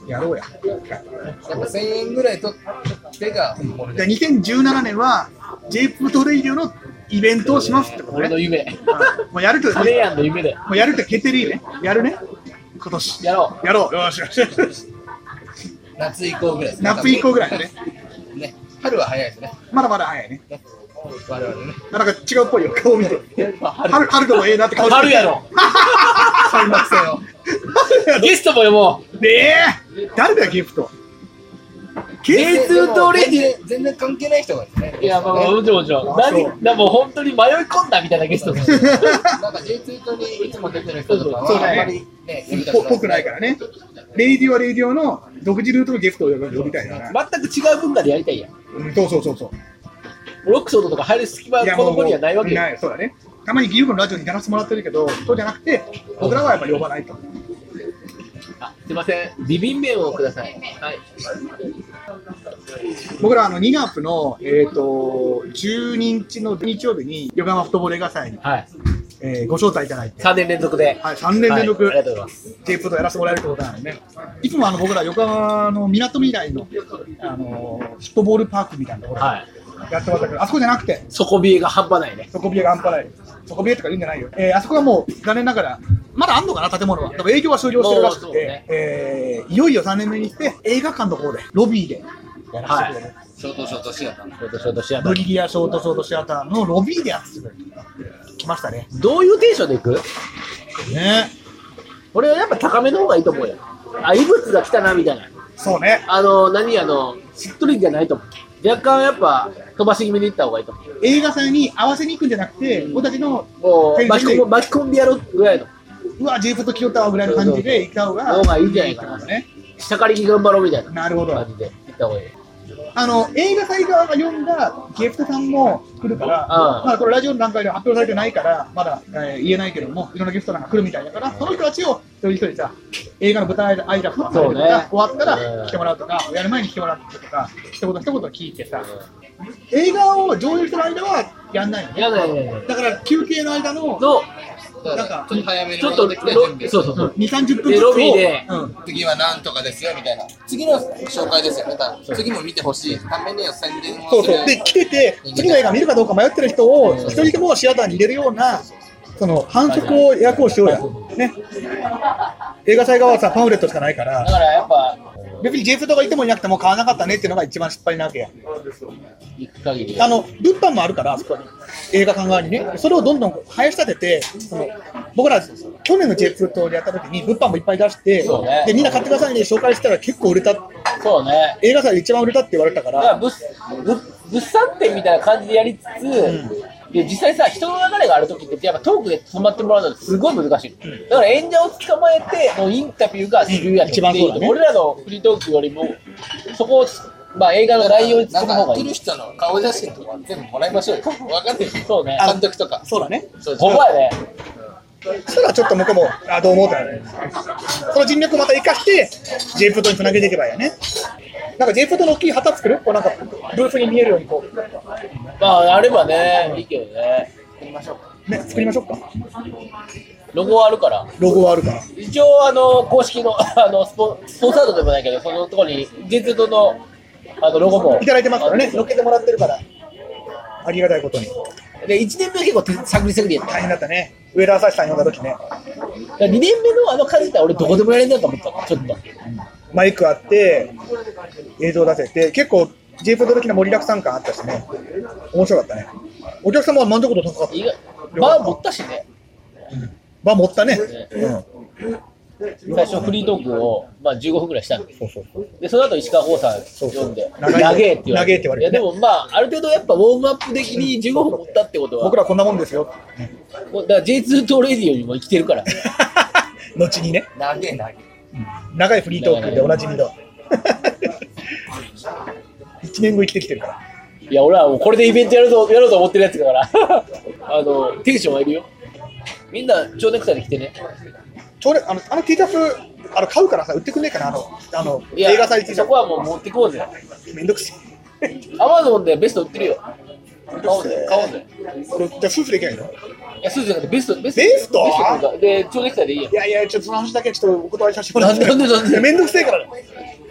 S1: やろうや。
S4: やっぱ1000円ぐらい取ってが本物
S1: で
S4: で。
S1: 2017年は j p トレイディオのイベントをしますってこと
S2: 俺の
S1: ね。
S2: 夢
S1: うんもうやると、
S2: カレーヤンの夢で
S1: もうやるって決定でいいね。やるね。今年。
S2: やろ
S1: やろう。よしよしよし。
S4: 夏以降ぐらいですね
S1: 夏以降ぐらいだね。
S4: ね。春は早いですね。
S1: まだまだ早いね。
S4: ね我々ね。
S1: なんか違うっぽいよ、顔見て。春、春ともええなって
S2: う
S1: 顔して
S2: 春やろ
S4: 開幕戦を。
S2: ゲストも呼ぼう
S1: ね え誰だよ、ギフト。
S2: ゲストとレディ
S4: 全然関係ない人がですね。
S2: いやまあまあ
S4: ね
S2: もちろんもちろん
S1: あそう
S2: 何でも本当に迷い込んだみたいなゲストだよ
S4: なんか J2 とにいつも出てる人とか
S1: そうだ
S4: は、あ
S1: ね
S4: んまりね、
S1: っぽぽくないからね。レイディオはレイディオの独自ルートのゲストを呼びたいな。
S2: 全く違う文化でやりたいやん
S1: うんそうそうそうそう。
S2: ロックソードとか入る隙間
S1: いや
S2: この
S1: も
S2: 子
S1: う
S2: にはないわけよ
S1: ない、そうだね。たまにギフのラジオにやらせてもらってるけど、そうじゃなくて、僕らはやっぱ呼ばないと。
S2: あすいませんビビン麺をくださいはい
S1: 僕らあの2月の、えー、と12日の日曜日に横浜フットボール映画祭に、
S2: はい
S1: えーご招待いただいて、
S2: 3年連続で
S1: はい、3年連続、
S2: はいありがとうございます
S1: テープとやらせてもらえるってことなのでね、いつもあの僕ら横浜のみなとみらいの、あのフットボールパークみたいなところで
S2: はい
S1: やってましたけど、あそこじゃなくて、
S2: 底冷えが半端ないね
S1: 底冷えが半端ない、底冷えとか言うんじゃないよ、えーあそこはもう残念ながら、まだあんのかな、建物は、多分営業は終了してるらしく
S2: もうそう
S1: て、
S2: ね
S1: えーいよいよ3年目にして、映画館の方で、ロビーでやらせてくれる。
S4: ショートショートシアターの。
S2: 今年は年やった
S1: ブリリアショートショートシアターのロビーでやってくれる来ましたね。
S2: どういうテンションでいく
S1: ね。
S2: 俺はやっぱ高めの方がいいと思うよあ異物が来たなみたいな
S1: そうね。
S2: あの何あのしっとりじゃないと思う若干やっぱ飛ばし気味でいった方がいいと思う
S1: 映画祭に合わせに行くんじゃなくて、俺たちの、
S2: もう
S1: テンション
S2: 巻き込む巻き込んでやろうぐらいの
S1: うわ、ジェイプと清田ぐらいの感じで行った方が、
S2: 方がいいんじゃないかな
S1: ね。
S2: 下から頑張ろうみたいな
S1: なるほど
S2: 感。じでいった方がいい
S1: あの、映画祭側が読んだゲフトさんも来るから、
S2: ああ
S1: まあこれラジオの段階では発表されてないから、まだ、えー言えないけども、いろんなゲフトさんが来るみたいだから、その人たちを一人一人さ、映画の舞台挨拶とかされてるから、
S2: そうね
S1: 終わった
S2: う
S1: ら
S2: ん
S1: 来てもらうとか、やる前に来てもらうとか、一言一言聞いてさ、映画を上映してる間はやんないのね。
S2: やだやだやだ
S1: だから休憩の間の
S2: の
S4: だから、ちょっと早めに
S2: ちょっと
S4: 戻
S2: ロ
S4: ってきて準備
S2: そうそうそう
S1: 2、30分
S2: でロビーで
S1: うん
S4: 次はなんとかですよみたいな。次の紹介ですよね。多分次も見てほしいためには宣伝
S1: そ
S4: を
S1: う
S4: する。
S1: そう。で、来てて、次の映画見るかどうか迷ってる人を、一人でもシアターに入れるような、その、反則を予約をしようや。ね。映画祭側はさ、パンフレットしかないか
S2: だ
S1: ら、
S2: からやっぱ
S1: 別に JF とかいてもいなくても買わなかったねっていうのが一番失敗なわけや。
S2: 行く限り
S1: あの、物販もあるから、あそこに。映画館側にね。それをどんどん生やし立てて、その僕ら、去年の J2 とやった時に物販もいっぱい出して、
S2: そうね
S1: で、みんな買ってくださいね、紹介したら結構売れた、
S2: そうね
S1: 映画祭で一番売れたって言われたか
S2: だから
S1: ら、
S2: 物物物産展みたいな感じでやりつつ、で実際さ人の流れがある時ってやっぱトークで止まってもらうのってすごい難しい、だから演者を捕まえてもうインタビューが主流やと
S1: うん一番そうだね
S2: で俺らのフリートークよりもそこを、まあ、映画の内容に突っ込
S4: なん
S2: む方
S4: か
S2: がい
S4: 来
S2: い
S4: る人の顔写真とか全部もらいましょうよ。わかんない
S2: そうね
S4: 監督とか。
S1: そうだね。
S4: そう
S2: ほんまやね
S1: そしたらちょっと向こうも、あ、どう思うってなるその人脈をまた生かして、J プートにつなげていけばいいよね。なんか J プートの大きい旗作るこうなんか、ブースに見えるようにこ
S2: まああればねいいけどね
S1: う、ね、作りましょうか。
S2: ロゴはあるから
S1: ロゴはあるから。
S2: 一応あの公式の あのスポスポンサードでもないけどそのところに J2 のあのロゴも
S1: いただいてますからね、乗っけてもらってるから。ありがたいことに。
S2: で1年目は結構手探り探りやった
S1: 大変だったね。上田朝日さん呼んだ時ね、
S2: だから2年目のあの感じって俺どこでもやれんなと思ったのちょっと
S1: マイクあって、映像出せて、結構 J プート的な盛りだくさん感あったしね、面白かったね。お客様は満足度高かった。
S2: 意外バー持ったしね
S1: 場持ったね。
S2: ね
S1: うん。
S2: 最初フリートークを、まあ、15分ぐらいしたんで
S1: そうそうそう。
S2: でその後石川剛さ
S1: そ
S2: ん
S1: うそう
S2: 読んで「
S1: 長い
S2: 長え」って言
S1: 長
S2: われ
S1: えってて言われ
S2: い
S1: て
S2: やでもまあある程度やっぱウォームアップ的に15分持ったってことは
S1: 僕らこんなもんですよ。
S2: こうだから J2 トレーディオにも生きてるから
S1: 後にね。
S4: 投げ投げ。
S1: 長いフリートークでおなじみの。1年後生きてきてるから。
S2: いや俺はもうこれでイベントやるぞやろうと思ってるやつだから あのテンションはいるよみんな蝶ネクタイで来てね
S1: 蝶それあのあの T シャツあの買うからさ売ってくんねえかなあのあの
S2: いや
S1: 映画祭 T シ
S2: そ
S1: ャ
S2: こはもう持ってこうぜ。
S1: ツめんどくせ
S2: アマゾンでベスト売ってるよ。買おうぜ、買おうぜ。
S1: えこれじゃあ夫婦できないの
S2: いや、スーツじゃなくてベスト、ベスト。
S1: ベスト
S2: ベストで、蝶ネクタイでいいや
S1: い。やいやちょっとその話だけちょっとお断りさせてもらって
S2: なんでなんでなんで
S1: めんどくせえからね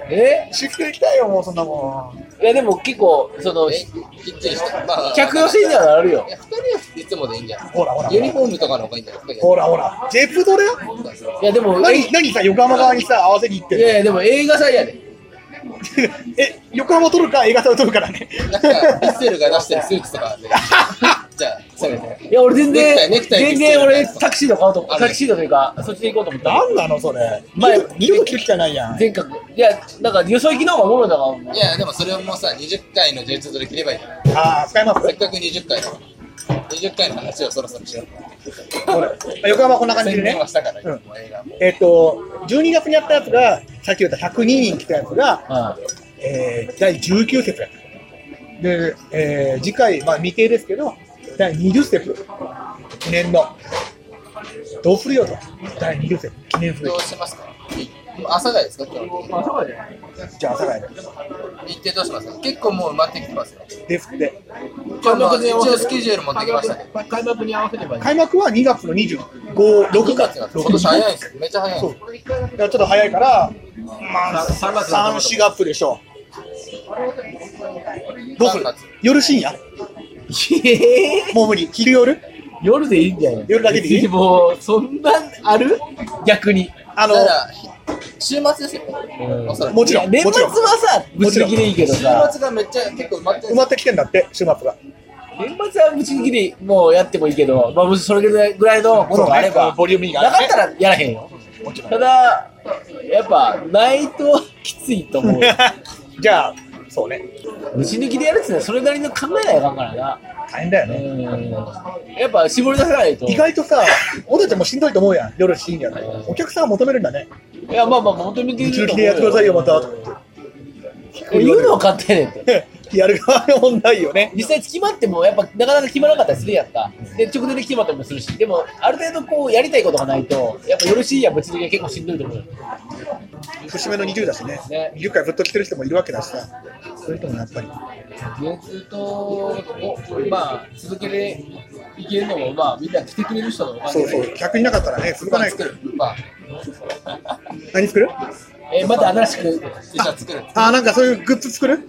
S2: え
S1: 私服で行きたいよもうそんなもん
S2: いや、でも結構、その、
S4: えきっちりした。まあ、
S2: 着用してんじゃなるよ
S4: い。や、二人はいつもでいいんじゃない
S1: ほらほら
S4: ユニフォームとかの方がいいんじゃない
S1: ほらほらジェプドだよ
S2: いや、でも、え
S1: 何何さ横浜側にさ合わせに行って
S2: い
S1: んの
S2: やいや、でも映画祭やで。
S1: え横浜を撮るか映画祭を撮るからね
S4: なんか、ピッセルが出してるスーツとかで。じゃあ、せめて。
S2: いや、俺全然、
S4: ネクタイネクタイ
S2: 全然俺タクシード買おうと思っ
S4: あ
S2: た。
S4: る
S2: タ
S4: ね
S2: クシードというか、そっちで行こうと思った。
S1: 何なのそれ
S2: 前
S1: 二度と着る機会ないやん
S2: 全角。いや、なんか、よそ行きの方がおもろいんだから、
S4: いや、でもそれはもうさ、20回の J2 取り切ればいいじゃん。
S1: ああ使います
S4: せっかく20回だから。20回の話をそろそろしよう。
S1: ほら横浜はこんな感じで
S4: 宣
S1: ね
S4: 伝はしたから、
S1: うん
S4: もう映画も。
S1: えっ、と、12月にやったやつが、さっき言った102人来たやつが、
S2: う
S1: えー、第19節やった。で、えー、次回、まあ未定ですけど、第20節、記念の。どうするよと。第20節、記念する
S4: ど
S1: よ
S4: う。しますか朝がですか今日。
S2: ん。あ、そうじゃない
S1: じゃあ、朝がやる。
S4: 日程どうしますか結構もう埋まってきてますよ。
S1: ですって。
S4: 今日も一応スケジュール持ってきましたね。
S2: 開幕に合わせればいい。
S1: 開幕は2月の25、6
S4: 2
S1: 月。
S4: 月が今年早いんですよ。めっちゃ早いん
S1: そ
S4: で
S1: う
S4: す。
S1: だからちょっと早いから、まあ、
S2: さ
S1: 3、
S2: 三月だと思う
S1: 4月でしょう。どうする
S4: 三月
S1: 夜深夜
S2: えー
S1: もう無理。昼夜
S2: 夜でいいんじゃない
S1: 夜だけでいい
S2: 別にもう、そんなんある逆に。
S1: あ
S4: だか
S1: の、
S4: ら、週末ですよ。おそらく。
S1: もちろん、
S2: 年
S1: もち
S2: 末
S1: ろん。
S2: はさ、ぶち抜きでいいけど
S4: 週
S2: さ、
S4: 末がめっちゃ結構埋まって
S1: 埋
S4: るんで
S1: まってきてんだって、週末が。
S2: 年末はぶち抜きでもうやってもいいけど、まあ、もしそれぐらいぐらいのものがあれば、
S1: ボリューミーがあ
S2: なか
S1: る、ね
S2: っ。たらやらへんよ。
S1: もちろん
S2: ただ、やっぱ、ないときついと思うよ。
S1: じゃあ、そうね。
S2: ぶち抜きでやるってのはそれなりの考えないかんからな。
S1: 大変だよ
S2: う
S1: ね。
S2: ん。やっぱ絞り出さないと。
S1: 意外とさ、俺たちもしんどいと思うやん、夜深夜で。お客さんは求めるんだね。
S2: いや、まあまあ、求めて
S1: う
S2: る
S1: ちの来てやってくださいよ、また。とか
S2: 言うのは簡単やねんって。
S1: 言って やる側の問題よね。
S2: 実際決まってもやっぱなかなか決まらなかったりするやんかで直前で決まったりもするしでもある程度こうやりたいことがないとやっぱ夜深夜ぶち抜きは結構しんどいと思うよ
S1: 節目の20だしね
S2: ね。
S1: 20回ずっと来てる人もいるわけだしさ。そういう人もやっぱり。
S2: J2 とをまあ続けていけるのもまあみんな来てくれる人のおか
S1: そ
S2: げ
S1: うそう。客いなかったらね、続かない。
S4: 作る。まあ、
S1: 何作る
S2: えーまた新しく
S4: T シャツ作る。
S1: あー、なんかそういうグッズ作る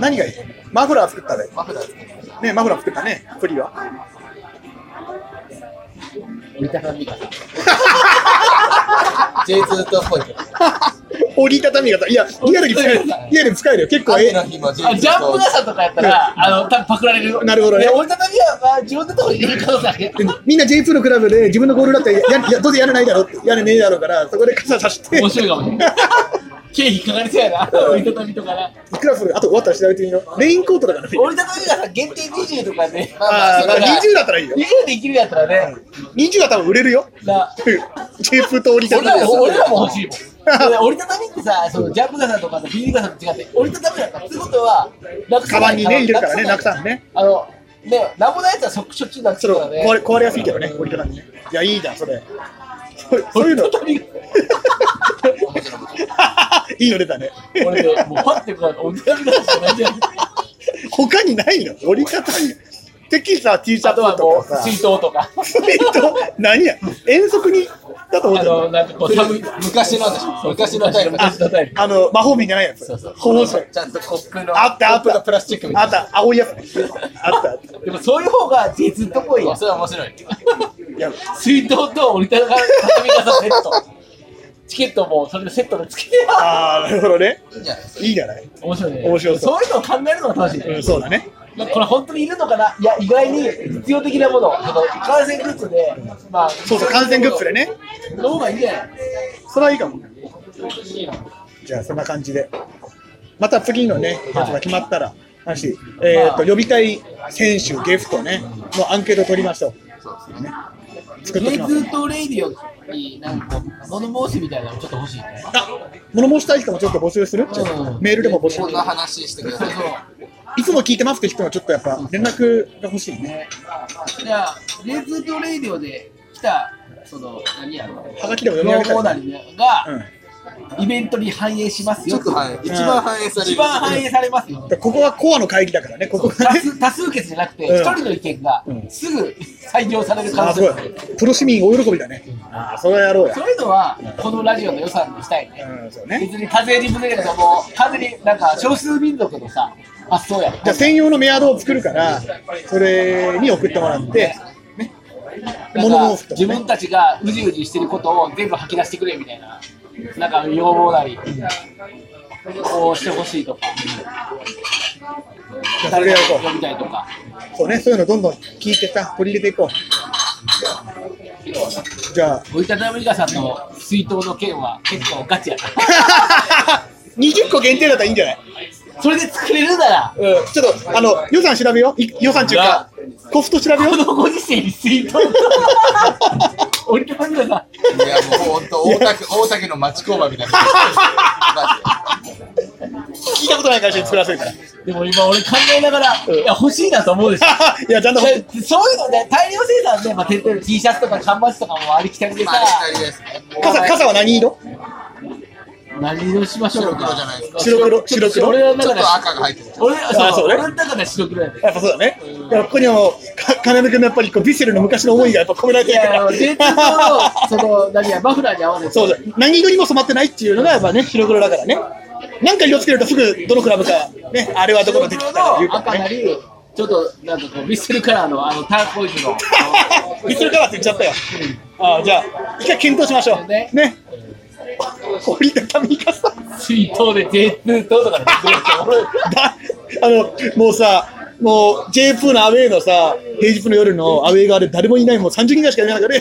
S1: 何がいいマフラー作ったで。
S4: マフラー作る。
S1: ね、マフラー作ったね。プリは。
S2: 折りたたみ傘
S4: J2 とポイント。
S1: 折りたたみ型。いや、リアルに使える。リアルに使えるよ。結構え
S4: 雨
S1: え
S4: の。日も J2
S2: あ
S4: と。
S2: ジャンプ傘とかやったらあの多分パクられる
S1: なるほどね
S2: で折りたたみはまあ自分のところに入れる可能 性あるよ
S1: みんな J2 のクラブで自分のゴールだってやややどうせやれないだろうやれねえだろうからそこで傘さして
S2: 面白い かもしれない経費かかりそうやな折りたたみとかない
S1: くらするあと終わったら調べてみようレインコートだからね
S2: 折りたたみ傘限定20とかで、ね
S4: まあまあ
S1: あ
S4: そ
S1: あ
S4: れが
S1: 20だったらいいよ
S2: 20できるやったらね、
S1: 20は多分売れるよ
S2: な
S1: J2 と折りた
S2: 俺
S1: たみ
S2: らも
S1: 傘
S2: 俺らも欲しいもん。で折りたたみってさ、そのジャンプ傘とかさ、ビール傘と違って、折りたたみだから。ってことは、な く
S1: カバンにね入れるからねなく
S2: さない
S1: さんね
S2: あの、ね、なんもないやつは即処中なくす
S1: そ
S2: か
S1: れ
S2: らね。
S1: 壊れ壊れやすいけどね折りたたみねいやいいじゃんそれそうそういうの いいの出たね
S2: 俺ね、もうパッてこう、折りたたみ傘しかないじゃん。
S1: 他にないの折りたたみテキサ T シャ
S2: あ
S1: ツ
S2: とは
S1: と
S2: も
S1: か
S2: う、
S1: さ
S2: 水筒とか、
S1: スイート何や遠足にだと思っ
S2: あ
S1: てた
S2: の、なんかこう、寒い。
S4: 昔のでしょ。昔のタイプ。
S2: 昔のタイプ
S1: あの魔法瓶じゃないやつ
S2: そうそう
S1: 保温水
S4: ちゃんとコップの。
S1: あったあっ
S4: コップ
S1: た
S4: のプラスチックみた
S1: あ
S4: い
S1: っ
S4: な。
S1: た青いやつねあったあった
S2: でもそういう方が実っぽいやん
S4: それは面白い。
S1: いや
S2: 水筒と折りたたみ傘セット。チケットもそれでセットで付けてよ
S1: ああなるほどね
S4: いいんじゃないですか。
S1: いいじゃない、
S2: 面白いね。
S1: 面白そう
S2: いうのを考えるのが楽しい、
S1: う
S2: ね
S1: ん、そうだね
S2: まあこれ本当にいるのかないや、意外に必要的なもの、その感染グッズで、まあ、
S1: そうそう観戦グッズでね
S2: の方がいいんじゃない
S1: それはいいかもじゃあそんな感じでまた次のねやつが決まったら話、えっ、と呼びたい選手ゲストねのアンケート取りましょうそうですね作っときます
S2: ?J2 とレイディオに、なんか、物申しみたいなのちょっと欲しいね。
S1: あ物申したい人もちょっと募集する、
S2: うん
S1: メールでも募集
S4: こんな話してください。
S1: いつも聞いてますって人はちょっとやっぱ連絡が欲しいね
S2: じゃあ、J2 とレイディオで来たその、何やろ、
S1: はがきでも読み上げ
S2: 情報
S1: た。
S2: ないりが、
S1: うん
S2: イベントに反映しますよ。
S4: 直反映一番反映される
S2: 一番反映されますよ。
S1: でここはコアの会議だからね、ここが
S2: 多
S1: ね。
S2: 数多数決じゃなくて、
S1: うん
S2: 一人の意見が
S1: うん
S2: すぐ採用される 可
S1: あ、
S2: 能
S1: す
S2: 性
S1: ご
S2: がある
S1: い。プロ市民大喜びだね。ああ、それはやろうや。
S2: そういうのは、このラジオの予算にしたいね。
S1: うん、そうね。
S2: 別に課税に分けども、完全になんか少数民族のさ、発想やん
S1: じゃあ専用のメアドを作るから、それに送ってもらって、ね。
S2: な
S1: モノモ
S2: ん
S1: ー
S2: か
S1: フとか
S2: 自
S1: ね。
S2: 分たちがうじうじしてることを全部吐き出してくれみたいな、なんか要望なり、こうしてほしいとか、
S1: じゃあそれ
S2: 誰
S1: や
S2: か
S1: ろう
S2: 呼びたいとか、
S1: そうね、そういうのどんどん聞いてさ、取り入れてい こう。じゃあ、
S2: 折りたたみ傘さんの水筒の件は結構ガチやな。
S1: 20個限定だったらいいんじゃない
S2: それで作れるなら、
S1: うん、ちょっと、あの、予算調べよう。い予算中か、コスト調べよう。
S2: このご時世に 水筒と折りたたみ傘、
S4: いやもう本当大田 区大田区の町工場みたいな。マ
S1: 聞いたことない会社に作らせるから。
S2: でも今俺考えながら、いや欲しいなと思うでしょ。
S1: いや、ちゃんと、
S2: でそういうのね、大量生産で、まあ、徹底 T シャツとか缶バッジとかもありきたり
S4: ジで
S2: で
S4: ま
S2: さ、
S4: あありきたりですね。
S1: 傘、傘は何色
S2: 何をしましょ
S4: 白
S2: う
S4: 黒じゃ
S2: か。
S4: ないですか。
S1: 白黒、白
S2: ちょっと俺
S1: 黒。
S2: の
S4: ちょ
S2: 中
S4: っ
S2: で
S4: と赤が入ってる。
S2: 俺
S1: あそうね
S2: 俺の中で白黒やで。
S1: やっぱそうだね。やっぱここにはもう、か金目君のやっぱりこう、ヴィッセルの昔の思いがやっぱ込められ
S2: い
S1: てるか
S2: や、あ
S1: ら
S2: の、伝統の、その、何や、マフラーに合わせ て。
S1: そうだ。何色にも染まってないっていうのが、やっぱね、白黒だからね。なんか色つけるとすぐ、どのクラブか、ね、あれはどこ
S2: 白
S1: の出て
S2: 黒
S1: きたっていう
S2: の
S1: か
S2: 赤
S1: ら
S2: な
S1: ね。
S2: り、ちょっと、なんかこう、ミッセルカラーの、あの、ターコイズの。
S1: ヴィッセルカラーって言っちゃったよ。ああ、じゃあ、一回検討しましょう。
S2: ね
S1: ね。折りたたみ傘。
S2: 水筒で J2 とかで作る
S1: だあのもうさもう J プーのアウェーのさ平日の夜のアウェー側で誰もいないもう30人ぐらいしかいない中で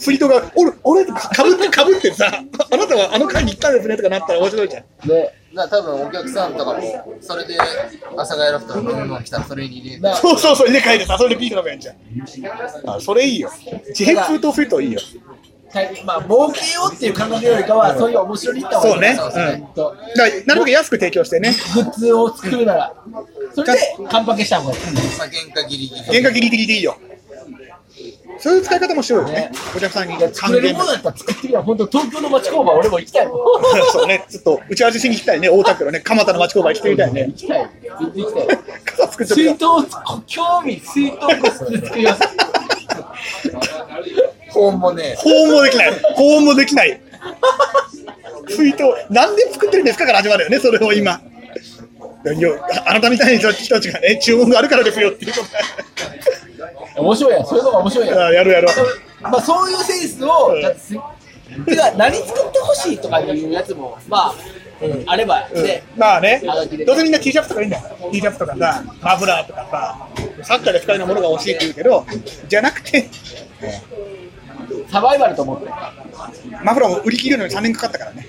S1: フリートが「俺俺かぶってかぶってさあなたはあの会に行ったんですね」とかなったら面白いじゃん
S4: で、な多分お客さんとかも、それで、阿佐ヶ谷ロフトの飲み物来たら、それに入れて、
S1: そうそうそう家帰ってさそれでビール飲むやんじゃんあそれいいよ J プーとフリートいいよ
S2: まあ、儲けようっていう感覚よりかは、そういう面白いった
S1: そうね
S2: そうですね。と
S1: だからなるべく安く提供してね
S2: グッズを作るなら、それで、カンパケした方がいい。
S4: まあ、喧嘩ギリギリ。
S1: 原価ギリギリでいいよそういう使い方もしようよねお客さんに還
S2: 作れる
S1: 元
S2: ものだったら作ってみよう。本当東京の町工場、俺も行きたいもん。
S1: そうねちょっと打ち合わせしに行きたいね大田区のね蒲田の町工場行ってみたいね
S2: 行きたい。全然行きたい。
S1: 傘作っちゃった
S2: 水筒を興味水筒を作ります。
S4: 保温もね、
S1: 保温もできない。保温もできない。水筒、なんで作ってるんですかから始まるよね、それを今。いやあなたみたいな人たちがね、注文があるからですよっていうこ
S2: 面白いやん。そういうのが面白い
S1: と
S2: や
S1: が。あ やるやる。
S2: ん。まあそういうセンスを
S1: うん
S2: だってすてか何作ってほしいとかいうやつもまあ、あればね。
S1: まあね、どうせみんな T シャツとかいいんだよ。T シャツとかさ、マフラーとかさ、サッカーで使うようなものが欲しいって言うけど、じゃなくて、
S2: サバイバルと思って。ま
S1: マフラーを売り切るのに3年かかったからね。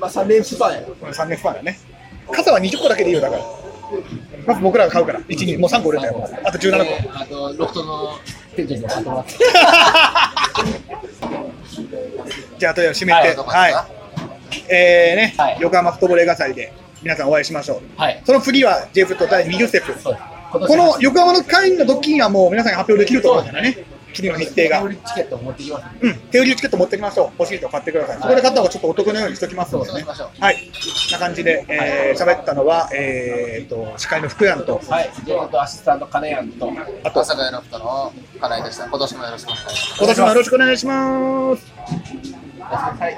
S2: あ三年スパンや。
S1: この3年スパンだね。傘は20個だけでいいよ、だから。まず僕らが買うから、1、2、もう3個売れたよ。あと17個。
S2: であとロフトの店長にも買ってもらって。
S1: じゃあ、とりあえず締めて、
S4: どこ
S1: は
S4: で
S1: い
S4: すか、
S1: えーね、
S2: はい
S1: 横浜フットボール映画祭で皆さんお会いしましょう。
S2: はい。
S1: その次は J フット第20ステップ。
S2: そうです
S1: この横浜の会員の時にはもう皆さんに発表できると思うんだよね。次の日程
S2: 手売
S1: が。
S2: りチケットを持ってきますんで。
S1: うん、手売りチケット持ってきましょう。欲しい人買ってください。そこで買った方がちょっとお得なようにしときますので
S2: そう
S1: ね。
S2: しましょ
S1: はい。こんな感じで、えー、喋ったのは、えー、と、司会の福山と、
S2: はい。ジェンとアシスタント金谷と。
S4: 阿佐ヶ谷ロフトの金井でした。今年もよろしくお願いします。
S1: 今年もよろしくお願いします。
S2: はい。